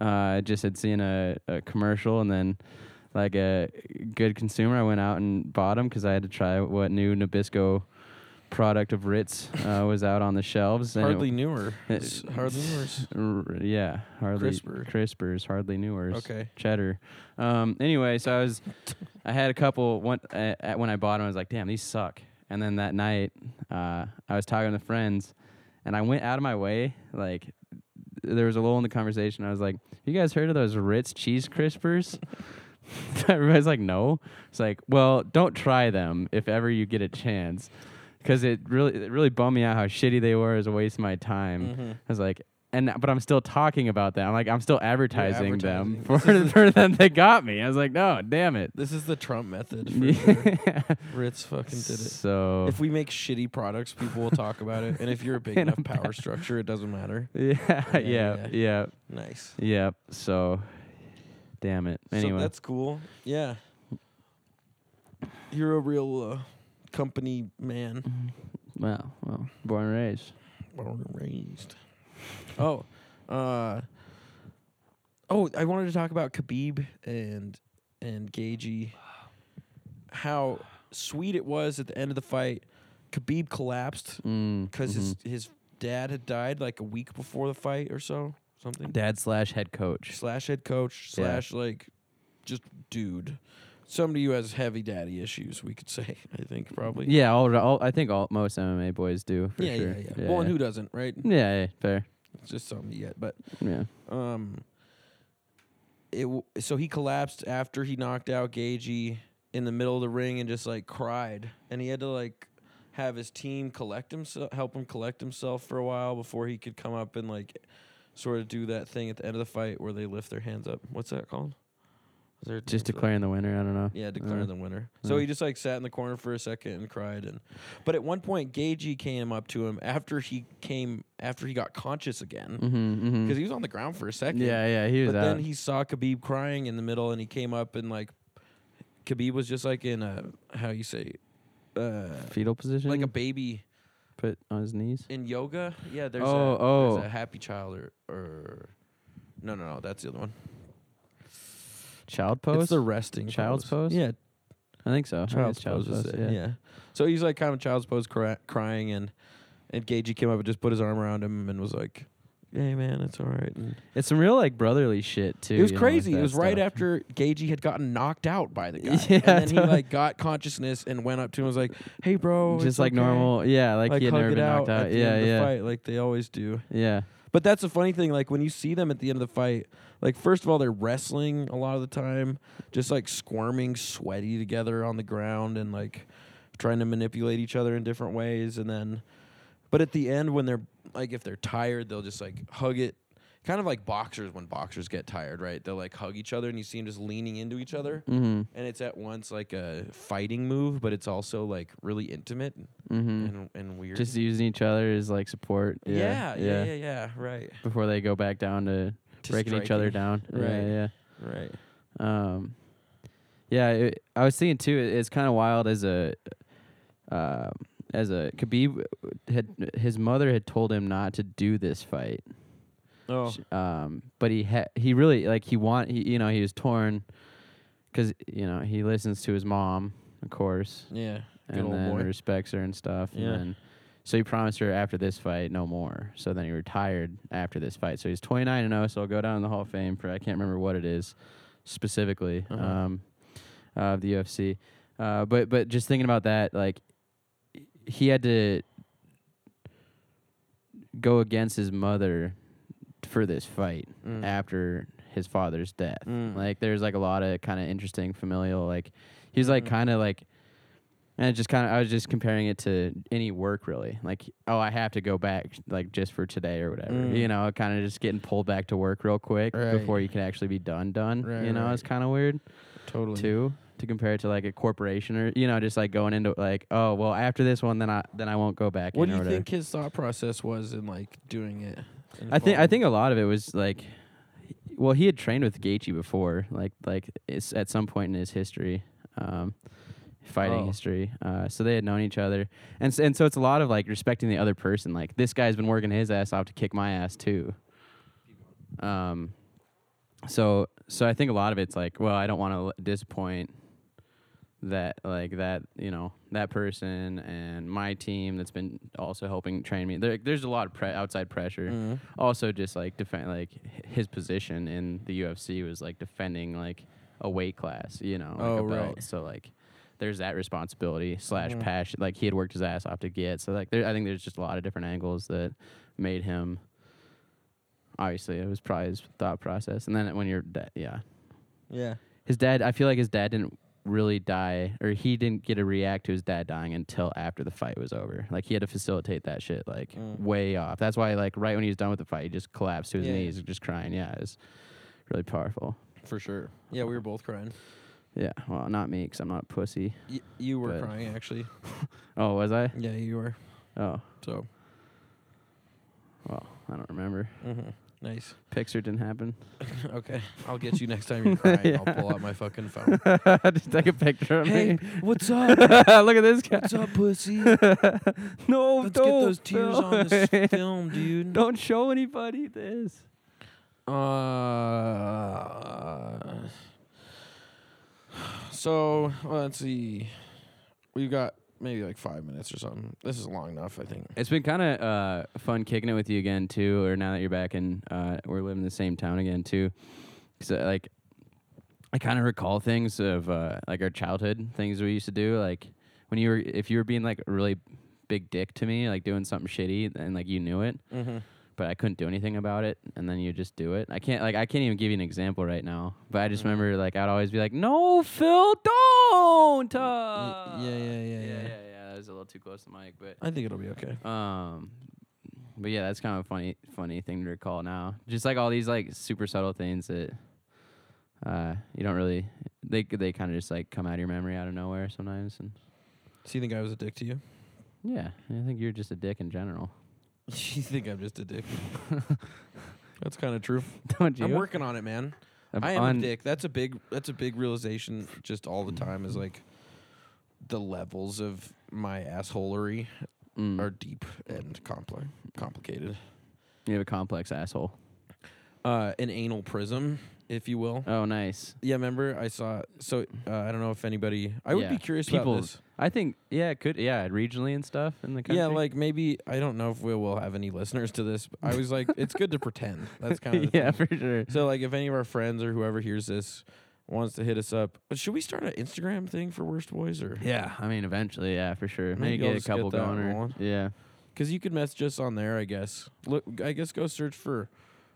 [SPEAKER 1] Uh, I just had seen a, a commercial and then, like a good consumer, I went out and bought them because I had to try what new Nabisco product of Ritz uh, was out on the shelves. and it-
[SPEAKER 2] Hardly newer.
[SPEAKER 1] it-
[SPEAKER 2] It's hardly newer.
[SPEAKER 1] r- yeah, *laughs* hardly
[SPEAKER 2] Crisper.
[SPEAKER 1] crispers, hardly newers
[SPEAKER 2] Okay.
[SPEAKER 1] cheddar. Um, anyway, so I was, I had a couple. One uh, at, when I bought them, I was like, "Damn, these suck." And then that night, uh, I was talking to friends, and I went out of my way. Like, there was a lull in the conversation. I was like, "You guys heard of those Ritz cheese crispers?" *laughs* Everybody's like, "No." It's like, "Well, don't try them if ever you get a chance." Because it really, it really bummed me out how shitty they were. It was a waste of my time.
[SPEAKER 2] Mhm.
[SPEAKER 1] I was like, and but I'm still talking about them. Like I'm still advertising, them for, *laughs*
[SPEAKER 2] advertising.
[SPEAKER 1] for them. They got me. I was like, no, damn it.
[SPEAKER 2] This is the Trump method. For sure.
[SPEAKER 1] Yeah. *laughs*
[SPEAKER 2] Ritz fucking did it.
[SPEAKER 1] So
[SPEAKER 2] If we make shitty products, people will talk about it. And if you're a
[SPEAKER 1] *laughs*
[SPEAKER 2] big
[SPEAKER 1] In a
[SPEAKER 2] enough power structure, it doesn't matter.
[SPEAKER 1] *laughs* yeah, yeah,
[SPEAKER 2] yeah.
[SPEAKER 1] yeah, yeah,
[SPEAKER 2] Nice.
[SPEAKER 1] So damn it. Anyway,
[SPEAKER 2] So that's cool. Yeah. You're a real uh, company
[SPEAKER 1] Mm-hmm.
[SPEAKER 2] man.
[SPEAKER 1] well, well, born and raised.
[SPEAKER 2] Born and raised. Oh. Uh, oh, I wanted to talk about Khabib and and Gagey. How sweet it was at the end of the fight. Khabib collapsed
[SPEAKER 1] Mm,
[SPEAKER 2] because his,
[SPEAKER 1] mhm.
[SPEAKER 2] his dad had died like a week before the fight or so. Something.
[SPEAKER 1] dad slash head coach.
[SPEAKER 2] slash head coach
[SPEAKER 1] Yeah.
[SPEAKER 2] slash like just dude somebody who has heavy daddy issues we could say *laughs* i think probably
[SPEAKER 1] Yeah, all, all I think all most MMA boys do. For
[SPEAKER 2] yeah,
[SPEAKER 1] sure.
[SPEAKER 2] yeah yeah well and who doesn't right
[SPEAKER 1] Yeah, yeah, fair.
[SPEAKER 2] it's just something yet but
[SPEAKER 1] Yeah.
[SPEAKER 2] um it w- so he collapsed after he knocked out Gagey in the middle of the ring and just like cried and he had to like have his team collect himself help him collect himself for a while before he could come up and like sort of do that thing at the end of the fight where they lift their hands up what's that called Is there a name
[SPEAKER 1] Just
[SPEAKER 2] for that?
[SPEAKER 1] declaring the winner. I don't know.
[SPEAKER 2] Yeah, declare
[SPEAKER 1] Uh,
[SPEAKER 2] the winner. So
[SPEAKER 1] uh.
[SPEAKER 2] he just like sat in the corner for a second and cried. And but at one point, Gagey came up to him after he came after he got conscious again
[SPEAKER 1] Mm-hmm,
[SPEAKER 2] because he was on the ground for a second.
[SPEAKER 1] Yeah, yeah, he was
[SPEAKER 2] but
[SPEAKER 1] out.
[SPEAKER 2] then he saw Khabib crying in the middle, and he came up and like Khabib was just like in a how you say, uh,
[SPEAKER 1] fetal position,
[SPEAKER 2] like a baby
[SPEAKER 1] put on his knees.
[SPEAKER 2] in yoga. Yeah, there's
[SPEAKER 1] Oh,
[SPEAKER 2] a,
[SPEAKER 1] oh.
[SPEAKER 2] there's a happy child or, or no no no that's the other one.
[SPEAKER 1] Child pose.
[SPEAKER 2] It's the resting
[SPEAKER 1] Child's pose?
[SPEAKER 2] Yeah,
[SPEAKER 1] I think so. I think
[SPEAKER 2] child's
[SPEAKER 1] it's child
[SPEAKER 2] pose. is
[SPEAKER 1] pose,
[SPEAKER 2] it, yeah. So he's like kind of child's pose cry- crying, and and Gagey came up and just put his arm around him and was like, hey man, it's all right. And
[SPEAKER 1] It's some real like brotherly shit too.
[SPEAKER 2] it was
[SPEAKER 1] you know, with
[SPEAKER 2] crazy.
[SPEAKER 1] that
[SPEAKER 2] it was right
[SPEAKER 1] stuff.
[SPEAKER 2] after Gagey had gotten knocked out
[SPEAKER 1] *laughs*
[SPEAKER 2] by the guy,
[SPEAKER 1] Yeah,
[SPEAKER 2] and then he
[SPEAKER 1] totally.
[SPEAKER 2] like got consciousness and went up to him and was like, "Hey, bro, it's
[SPEAKER 1] just like
[SPEAKER 2] okay."
[SPEAKER 1] normal. Yeah, like, he had
[SPEAKER 2] hug
[SPEAKER 1] never
[SPEAKER 2] it
[SPEAKER 1] been knocked
[SPEAKER 2] at
[SPEAKER 1] out.
[SPEAKER 2] the
[SPEAKER 1] Yeah,
[SPEAKER 2] end of the
[SPEAKER 1] yeah,
[SPEAKER 2] fight, like they always do.
[SPEAKER 1] yeah.
[SPEAKER 2] But that's a funny thing. Like when you see them at the end of the fight, like first of all, they're wrestling a lot of the time, just like squirming, sweaty together on the ground, and like trying to manipulate each other in different ways. And then, but at the end, when they're like, if they're tired, they'll just like hug it, kind of like boxers when boxers get tired, right? They'll like hug each other, and you see them just leaning into each other.
[SPEAKER 1] Mm-hmm.
[SPEAKER 2] And it's at once like a fighting move, but it's also like really intimate
[SPEAKER 1] Mm-hmm.
[SPEAKER 2] and, and weird.
[SPEAKER 1] Just using each other as like support. Yeah,
[SPEAKER 2] yeah, yeah, yeah, yeah, right.
[SPEAKER 1] Before they go back down to,
[SPEAKER 2] To
[SPEAKER 1] breaking each other
[SPEAKER 2] striking.
[SPEAKER 1] down.
[SPEAKER 2] Right.
[SPEAKER 1] Yeah,
[SPEAKER 2] Right.
[SPEAKER 1] yeah. Um, yeah. It, I was thinking too. It, it's kind of wild as a, um, as a Khabib had his mother had told him not to do this fight.
[SPEAKER 2] Oh,
[SPEAKER 1] Sh- Um, but he ha- he really like he want he you know he was torn because you know he listens to his mom of course
[SPEAKER 2] yeah. Good
[SPEAKER 1] and
[SPEAKER 2] old
[SPEAKER 1] then
[SPEAKER 2] boy.
[SPEAKER 1] respects her and stuff
[SPEAKER 2] Yeah.
[SPEAKER 1] and then, so he promised her after this fight no more so then he retired after this fight so he's 29 and 0 so he'll go down in the hall of fame for i can't remember what it is specifically
[SPEAKER 2] Uh-huh.
[SPEAKER 1] um, of the ufc uh, but but just thinking about that like he had to go against his mother for this fight
[SPEAKER 2] Mm.
[SPEAKER 1] after his father's death.
[SPEAKER 2] Mm.
[SPEAKER 1] Like there's like a lot of kind of interesting familial like he's like
[SPEAKER 2] Mhm.
[SPEAKER 1] kind of like and it just kind of I was just comparing it to any work really. Like oh I have to go back like just for today or whatever.
[SPEAKER 2] Mm.
[SPEAKER 1] You know, kind of just getting pulled back to work real quick
[SPEAKER 2] Right.
[SPEAKER 1] before you can actually be done done.
[SPEAKER 2] Right,
[SPEAKER 1] you know,
[SPEAKER 2] right.
[SPEAKER 1] it's kind of weird
[SPEAKER 2] totally.
[SPEAKER 1] too to compare it to like a corporation or you know just like going into like oh well after this one then I then I won't go back
[SPEAKER 2] What
[SPEAKER 1] in
[SPEAKER 2] do
[SPEAKER 1] or
[SPEAKER 2] you
[SPEAKER 1] whatever.
[SPEAKER 2] think his thought process was in like doing it? and
[SPEAKER 1] I think I
[SPEAKER 2] following-
[SPEAKER 1] think a lot of it was like, well, he had trained with Gaethje before, like like it's at some point in his history, um, fighting
[SPEAKER 2] Oh.
[SPEAKER 1] history. Uh, so they had known each other, and s and so it's a lot of like respecting the other person. Like this guy's been working his ass off to kick my ass too. Um, so so I think a lot of it's like, well, I don't want to l- disappoint that like that you know that person and my team that's been also helping train me there, there's a lot of pre- outside pressure
[SPEAKER 2] Mhm.
[SPEAKER 1] also just like defend like h- his position in the UFC was like defending like a weight class, you know, like
[SPEAKER 2] Oh,
[SPEAKER 1] a
[SPEAKER 2] right.
[SPEAKER 1] belt. So like there's that responsibility slash
[SPEAKER 2] Mhm.
[SPEAKER 1] passion like he had worked his ass off to get. So like there I think there's just a lot of different angles that made him obviously it was probably his thought process. And then when you're da- yeah.
[SPEAKER 2] Yeah.
[SPEAKER 1] His dad I feel like his dad didn't really die or he didn't get to react to his dad dying until after the fight was over. Like he had to facilitate that shit like
[SPEAKER 2] Mm.
[SPEAKER 1] way off. That's why like right when he was done with the fight, he just collapsed to his
[SPEAKER 2] Yeah.
[SPEAKER 1] knees just crying. Yeah, it was really powerful.
[SPEAKER 2] For sure. Yeah, we were both crying.
[SPEAKER 1] Yeah, well, not me cuz I'm not a pussy.
[SPEAKER 2] Y- you were
[SPEAKER 1] But-
[SPEAKER 2] crying actually.
[SPEAKER 1] Oh, was I?
[SPEAKER 2] Yeah, you were.
[SPEAKER 1] Oh,
[SPEAKER 2] So
[SPEAKER 1] well, I don't remember.
[SPEAKER 2] mhm. nice. *laughs*
[SPEAKER 1] Picture didn't happen. *laughs*
[SPEAKER 2] okay, I'll get you next time you're crying. I'll pull out my
[SPEAKER 1] *laughs*
[SPEAKER 2] fucking phone.
[SPEAKER 1] just take a picture of
[SPEAKER 2] hey,
[SPEAKER 1] me.
[SPEAKER 2] what's
[SPEAKER 1] *laughs*
[SPEAKER 2] up?
[SPEAKER 1] Look at this guy.
[SPEAKER 2] What's up, pussy?
[SPEAKER 1] no,
[SPEAKER 2] Let's
[SPEAKER 1] don't.
[SPEAKER 2] get those tears on this
[SPEAKER 1] don't.
[SPEAKER 2] film,
[SPEAKER 1] *laughs*
[SPEAKER 2] dude.
[SPEAKER 1] Don't show anybody this.
[SPEAKER 2] Uh, so let's see. We've got maybe like five minutes or something. This is long enough, I think.
[SPEAKER 1] It's been kind of uh, fun kicking it with you again too, or now that you're back and uh, we're living in the same town again too. Cause uh, like, I kind of recall things of uh, like our childhood things we used to do. Like when you were, if you were being like a really big dick to me, like doing something shitty, and like you knew it,
[SPEAKER 2] Mm-hmm.
[SPEAKER 1] but I couldn't do anything about it, and then you just do it. I can't like I can't even give you an example right now, but I just
[SPEAKER 2] Mhm.
[SPEAKER 1] remember like I'd always be like, "No, Phil, don't." uh."
[SPEAKER 2] Y- yeah, yeah, yeah,
[SPEAKER 1] yeah,
[SPEAKER 2] yeah.
[SPEAKER 1] yeah, yeah. That was a little too close to the mic, but.
[SPEAKER 2] I think it'll be okay.
[SPEAKER 1] Um, but yeah, that's kind of a funny, funny thing to recall now. Just like all these like super subtle things that uh, you don't really they they kind of just like come out of your memory out of nowhere sometimes. And
[SPEAKER 2] So you think I was a dick to you?
[SPEAKER 1] yeah, I think you're just a dick in general,
[SPEAKER 2] *laughs*
[SPEAKER 1] *laughs*
[SPEAKER 2] you think I'm just a dick? *laughs* That's kind of true.
[SPEAKER 1] don't you?
[SPEAKER 2] I'm working on it, man.
[SPEAKER 1] Ab-
[SPEAKER 2] I am
[SPEAKER 1] on-
[SPEAKER 2] a dick. That's a big. That's a big realization. Just all the time is like the levels of my assholery
[SPEAKER 1] Mm,
[SPEAKER 2] are deep and compli complicated.
[SPEAKER 1] you have a complex asshole.
[SPEAKER 2] uh, an anal prism if you will.
[SPEAKER 1] Oh, nice.
[SPEAKER 2] Yeah, remember I saw. So uh, I don't know if anybody. I would
[SPEAKER 1] Yeah.
[SPEAKER 2] be curious
[SPEAKER 1] People-
[SPEAKER 2] about this.
[SPEAKER 1] I think yeah, it could yeah, regionally and stuff in the country. *laughs*
[SPEAKER 2] Yeah, like maybe I don't know if we will have any listeners to this. But I was like, it's good to pretend. That's kind of
[SPEAKER 1] *laughs*
[SPEAKER 2] the
[SPEAKER 1] yeah,
[SPEAKER 2] thing.
[SPEAKER 1] for sure.
[SPEAKER 2] So like, if any of our friends or whoever hears this wants to hit us up, but should we start an Instagram thing for worst boys or?
[SPEAKER 1] Yeah, I mean eventually, yeah, for sure.
[SPEAKER 2] Maybe
[SPEAKER 1] Maybe,
[SPEAKER 2] I'll
[SPEAKER 1] get a
[SPEAKER 2] just get
[SPEAKER 1] couple
[SPEAKER 2] that
[SPEAKER 1] going or
[SPEAKER 2] rolling.
[SPEAKER 1] yeah.
[SPEAKER 2] Because you could message us on there, I guess. Look, I guess go search for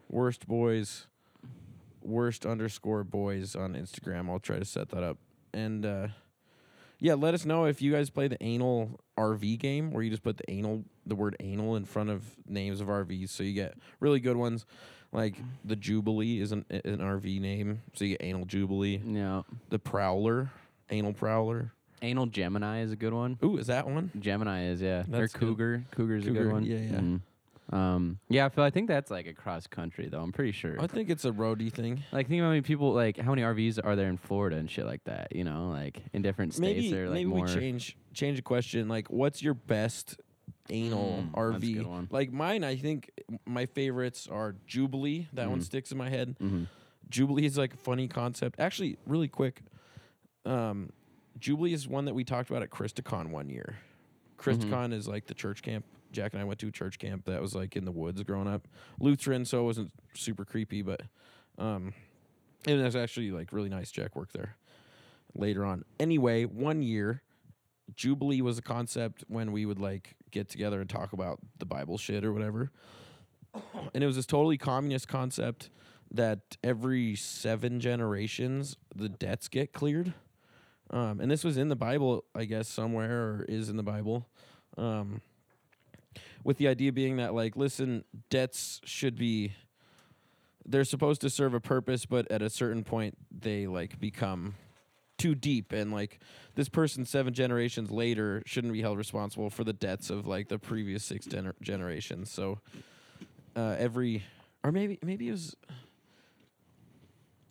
[SPEAKER 2] worst boys, worst underscore boys on Instagram. I'll try to set that up. And uh, yeah, let us know if you guys play the anal RV game where you just put the anal, the word anal in front of names of RVs. So you get really good ones. Like the Jubilee is an, an RV name. So you get anal Jubilee.
[SPEAKER 1] No.
[SPEAKER 2] The Prowler, anal Prowler.
[SPEAKER 1] Anal Gemini is a good one.
[SPEAKER 2] Ooh, is that one?
[SPEAKER 1] Gemini is yeah, or
[SPEAKER 2] That's good.
[SPEAKER 1] Cougar. Cougar's a
[SPEAKER 2] Cougar,
[SPEAKER 1] good one.
[SPEAKER 2] yeah, yeah.
[SPEAKER 1] Mhm. Um, yeah, Phil, I think that's like across country though. I'm pretty sure.
[SPEAKER 2] I think it's a roadie thing.
[SPEAKER 1] Like think about how many people like how many RVs are there in Florida and shit like that. You know, like in different states
[SPEAKER 2] maybe
[SPEAKER 1] or like
[SPEAKER 2] maybe
[SPEAKER 1] more.
[SPEAKER 2] we change change the question. Like, what's your best anal
[SPEAKER 1] Mm,
[SPEAKER 2] RV?
[SPEAKER 1] that's a good one.
[SPEAKER 2] Like mine, I think my favorites are Jubilee. That one
[SPEAKER 1] Mhm.
[SPEAKER 2] sticks in my head.
[SPEAKER 1] Mhm.
[SPEAKER 2] Jubilee is like a funny concept. Actually, really quick, um, Jubilee is one that we talked about at Christicon one year. Christicon is like the church camp. Jack and I went to a church camp that was like in the woods growing up. Lutheran, so it wasn't super creepy, but um, and it was actually like really nice. Jack worked there later on. Anyway, one year, Jubilee was a concept when we would like get together and talk about the Bible shit or whatever. And it was this totally communist concept that every seven generations the debts get cleared. Um, and this was in the Bible, I guess, somewhere or is in the Bible. Um, with the idea being that, like, listen, debts should be, they're supposed to serve a purpose, but at a certain point, they, like, become too deep and like this person seven generations later shouldn't be held responsible for the debts of like the previous six gener- generations so uh every or maybe maybe it was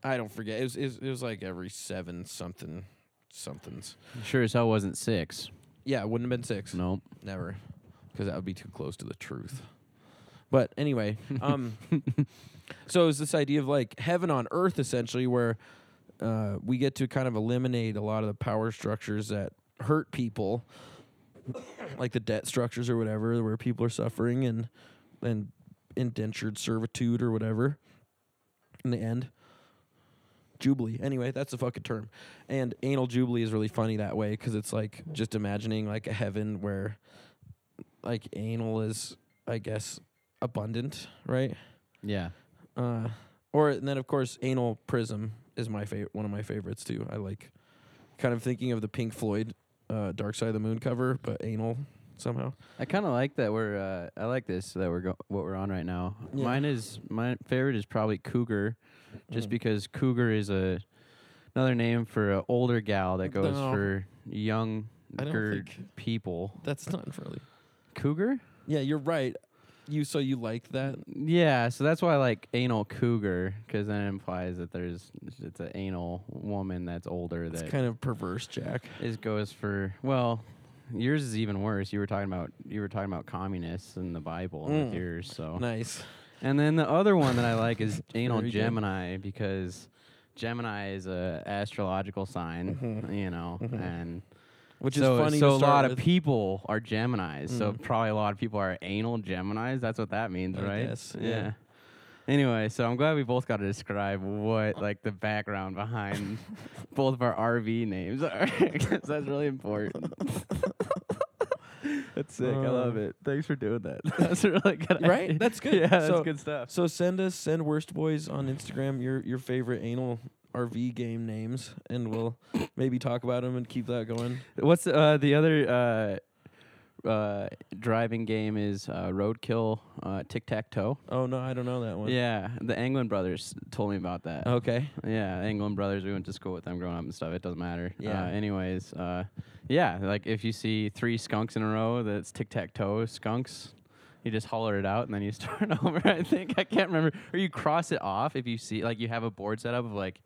[SPEAKER 2] i don't forget it was, it was it was like every seven something somethings
[SPEAKER 1] Sure as hell wasn't six.
[SPEAKER 2] yeah it wouldn't have been six
[SPEAKER 1] Nope.
[SPEAKER 2] Never, because that would be too close to the truth. But anyway, um, so it's this idea of like heaven on earth, essentially, where uh, we get to kind of eliminate a lot of the power structures that hurt people, like the debt structures or whatever, where people are suffering and and indentured servitude or whatever. In the end, Jubilee. Anyway, that's the fucking term. And anal Jubilee is really funny that way because it's like just imagining like a heaven where like anal is, I guess, abundant, right?
[SPEAKER 1] Yeah.
[SPEAKER 2] Uh, or and then of course anal prism is my favorite, one of my favorites too. I like kind of thinking of the Pink Floyd uh, Dark Side of the Moon cover, but anal somehow.
[SPEAKER 1] I kind of like that we're. Uh, I like this that we're go- what we're on right now.
[SPEAKER 2] Yeah.
[SPEAKER 1] Mine is my favorite is probably Cougar, just
[SPEAKER 2] Mm.
[SPEAKER 1] because Cougar is a another name for an older gal that goes
[SPEAKER 2] No.
[SPEAKER 1] for young
[SPEAKER 2] I don't
[SPEAKER 1] gerd
[SPEAKER 2] think-
[SPEAKER 1] people.
[SPEAKER 2] That's not really.
[SPEAKER 1] Cougar?
[SPEAKER 2] Yeah, you're right. You so you like that?
[SPEAKER 1] Yeah, so that's why I like anal cougar because then it implies that there's it's an anal woman that's older
[SPEAKER 2] It's
[SPEAKER 1] that
[SPEAKER 2] kind of perverse, Jack.
[SPEAKER 1] is goes for well. Yours is even worse. You were talking about you were talking about communists in the Bible
[SPEAKER 2] Mm.
[SPEAKER 1] with yours, so
[SPEAKER 2] Nice.
[SPEAKER 1] And then the other one that I like
[SPEAKER 2] *laughs*
[SPEAKER 1] is anal
[SPEAKER 2] Very good.
[SPEAKER 1] Gemini because Gemini is a astrological sign,
[SPEAKER 2] Mhm.
[SPEAKER 1] you know, and
[SPEAKER 2] Which
[SPEAKER 1] so,
[SPEAKER 2] is funny.
[SPEAKER 1] so
[SPEAKER 2] to
[SPEAKER 1] a
[SPEAKER 2] start
[SPEAKER 1] lot
[SPEAKER 2] with.
[SPEAKER 1] of people are Geminis. So
[SPEAKER 2] Mm.
[SPEAKER 1] probably a lot of people are anal Geminis. That's what that means,
[SPEAKER 2] I
[SPEAKER 1] right?
[SPEAKER 2] guess, yeah.
[SPEAKER 1] yeah. Anyway, so I'm glad we both got to describe what like the background
[SPEAKER 2] *laughs*
[SPEAKER 1] behind both of our RV names are *laughs* 'cause that's really
[SPEAKER 2] *laughs*
[SPEAKER 1] important. that's sick. I
[SPEAKER 2] Uh,
[SPEAKER 1] love it. Thanks for doing
[SPEAKER 2] *laughs*
[SPEAKER 1] that. That's a really good.
[SPEAKER 2] Right?
[SPEAKER 1] idea.
[SPEAKER 2] That's
[SPEAKER 1] *laughs*
[SPEAKER 2] good.
[SPEAKER 1] Yeah, that's
[SPEAKER 2] So-
[SPEAKER 1] good stuff.
[SPEAKER 2] So send us send worst boys on Instagram your your favorite anal RV game names, and we'll maybe talk about them and keep that going.
[SPEAKER 1] What's uh, the other uh, uh, driving game is uh, Roadkill uh, Tic Tac Toe.
[SPEAKER 2] Oh no, I don't know that one. Oh.
[SPEAKER 1] Yeah, the Anglin brothers told me about that.
[SPEAKER 2] Okay.
[SPEAKER 1] Yeah, Anglin brothers. We went to school with them growing up and stuff. It doesn't matter.
[SPEAKER 2] Yeah.
[SPEAKER 1] Uh, anyways, uh, yeah, like if you see three skunks in a row, that's tic tac toe skunks. You just holler it out and then you *laughs* start over. I think I can't remember. Or you cross it off if you see like you have a board set up of like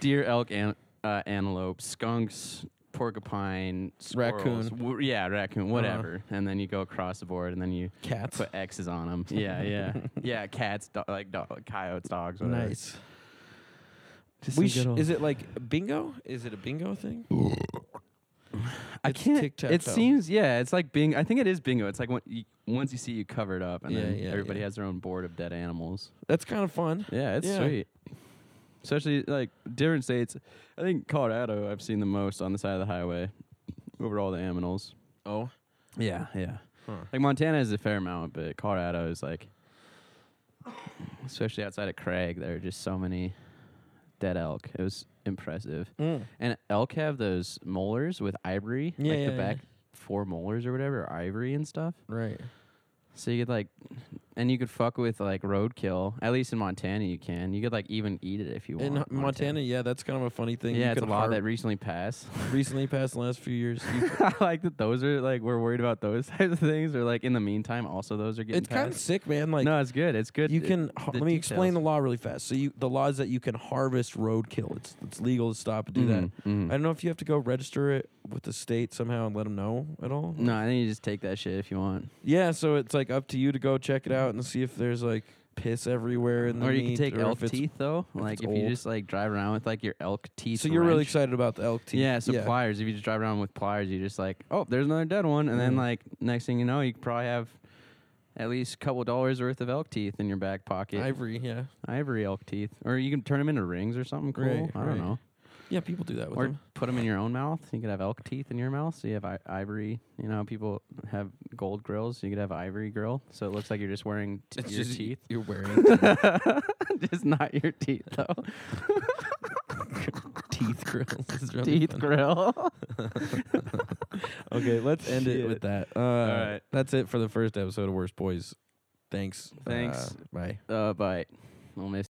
[SPEAKER 1] deer, elk, an- uh, antelope, skunks, porcupine,
[SPEAKER 2] Raccoon. Uh-huh.
[SPEAKER 1] squirrels, w- yeah, raccoon, whatever. And then you go across the board and then you *laughs*
[SPEAKER 2] Cats.
[SPEAKER 1] put X's on them. Yeah, yeah, yeah. Cats, do- like do- coyotes, dogs, whatever.
[SPEAKER 2] Nice.
[SPEAKER 1] Just
[SPEAKER 2] We
[SPEAKER 1] some good
[SPEAKER 2] sh-
[SPEAKER 1] old-
[SPEAKER 2] is it like bingo? Is it a bingo thing?
[SPEAKER 1] I
[SPEAKER 2] it's
[SPEAKER 1] can't. it
[SPEAKER 2] tic-tac-toe.
[SPEAKER 1] seems yeah. It's like bingo. I think it is bingo. It's like when you, once you see you covered up, and
[SPEAKER 2] Yeah,
[SPEAKER 1] then
[SPEAKER 2] yeah,
[SPEAKER 1] everybody
[SPEAKER 2] yeah.
[SPEAKER 1] has their own board of dead animals.
[SPEAKER 2] That's kind of fun.
[SPEAKER 1] Yeah, it's
[SPEAKER 2] Yeah.
[SPEAKER 1] sweet. Especially like different states. I think Colorado. I've seen the most on the side of the highway over all the aminals.
[SPEAKER 2] Oh,
[SPEAKER 1] Yeah, yeah.
[SPEAKER 2] Huh.
[SPEAKER 1] Like Montana is a fair amount, but Colorado is like, especially outside of Craig, there are just so many dead elk. It was impressive.
[SPEAKER 2] Mm.
[SPEAKER 1] And elk have those molars with ivory,
[SPEAKER 2] Yeah,
[SPEAKER 1] like
[SPEAKER 2] yeah,
[SPEAKER 1] the
[SPEAKER 2] yeah.
[SPEAKER 1] back four molars or whatever, are ivory and stuff.
[SPEAKER 2] right.
[SPEAKER 1] So you could like, and you could fuck with like roadkill. At least in Montana, you can. You could like even eat it if you want.
[SPEAKER 2] In Montana, yeah, that's kind of a funny thing.
[SPEAKER 1] yeah,
[SPEAKER 2] you
[SPEAKER 1] it's a
[SPEAKER 2] can
[SPEAKER 1] law
[SPEAKER 2] har-
[SPEAKER 1] that recently passed. *laughs*
[SPEAKER 2] recently passed in the last few years. You
[SPEAKER 1] I like that. Those are like we're worried about those *laughs* types of things, or like in the meantime, also those are getting.
[SPEAKER 2] it's kind of
[SPEAKER 1] passed.
[SPEAKER 2] sick, man. Like
[SPEAKER 1] no, it's good. It's good.
[SPEAKER 2] you
[SPEAKER 1] It-
[SPEAKER 2] can. har-
[SPEAKER 1] the
[SPEAKER 2] let me explain the
[SPEAKER 1] details.
[SPEAKER 2] law really fast. So you, the law is that you can harvest roadkill. It's it's legal to stop and do that.
[SPEAKER 1] Mhm, mhm.
[SPEAKER 2] I don't know if you have to go register it with the state somehow and let them know at all.
[SPEAKER 1] No, I think you just take that shit if you want,
[SPEAKER 2] Yeah, so it's like up to you to go check it out and see if there's like piss everywhere in the
[SPEAKER 1] or you
[SPEAKER 2] meat
[SPEAKER 1] can take
[SPEAKER 2] or
[SPEAKER 1] elk
[SPEAKER 2] if it's-
[SPEAKER 1] teeth though.
[SPEAKER 2] if
[SPEAKER 1] Like
[SPEAKER 2] it's
[SPEAKER 1] if
[SPEAKER 2] old.
[SPEAKER 1] you just like drive around with like your elk teeth.
[SPEAKER 2] So you're really
[SPEAKER 1] wrench.
[SPEAKER 2] excited about the elk teeth.
[SPEAKER 1] Yeah, so pliers. If you just drive around with pliers, you just like, oh, there's another dead one, and then
[SPEAKER 2] Yeah.
[SPEAKER 1] like next thing you know, you probably have at least a couple dollars worth of elk teeth in your back pocket,
[SPEAKER 2] ivory. Yeah,
[SPEAKER 1] ivory elk teeth, or you can turn them into rings or something cool.
[SPEAKER 2] Right,
[SPEAKER 1] I don't
[SPEAKER 2] right.
[SPEAKER 1] know,
[SPEAKER 2] yeah, people do that with
[SPEAKER 1] or
[SPEAKER 2] them.
[SPEAKER 1] put them in your own mouth. You could have elk teeth in your mouth, so you have I- ivory. You know, people have gold grills, so you could have ivory grill, so it looks like you're just wearing t- your
[SPEAKER 2] *laughs*
[SPEAKER 1] teeth, *laughs*
[SPEAKER 2] You're wearing
[SPEAKER 1] just not your teeth though.
[SPEAKER 2] *laughs* teeth grills. It's really
[SPEAKER 1] teeth
[SPEAKER 2] funny. *laughs*
[SPEAKER 1] grill. *laughs*
[SPEAKER 2] Okay, let's end it with that. Uh, All
[SPEAKER 1] right.
[SPEAKER 2] that's it for the first episode of Worst Boys. Thanks.
[SPEAKER 1] Thanks.
[SPEAKER 2] Uh, bye.
[SPEAKER 1] uh, but. I'll miss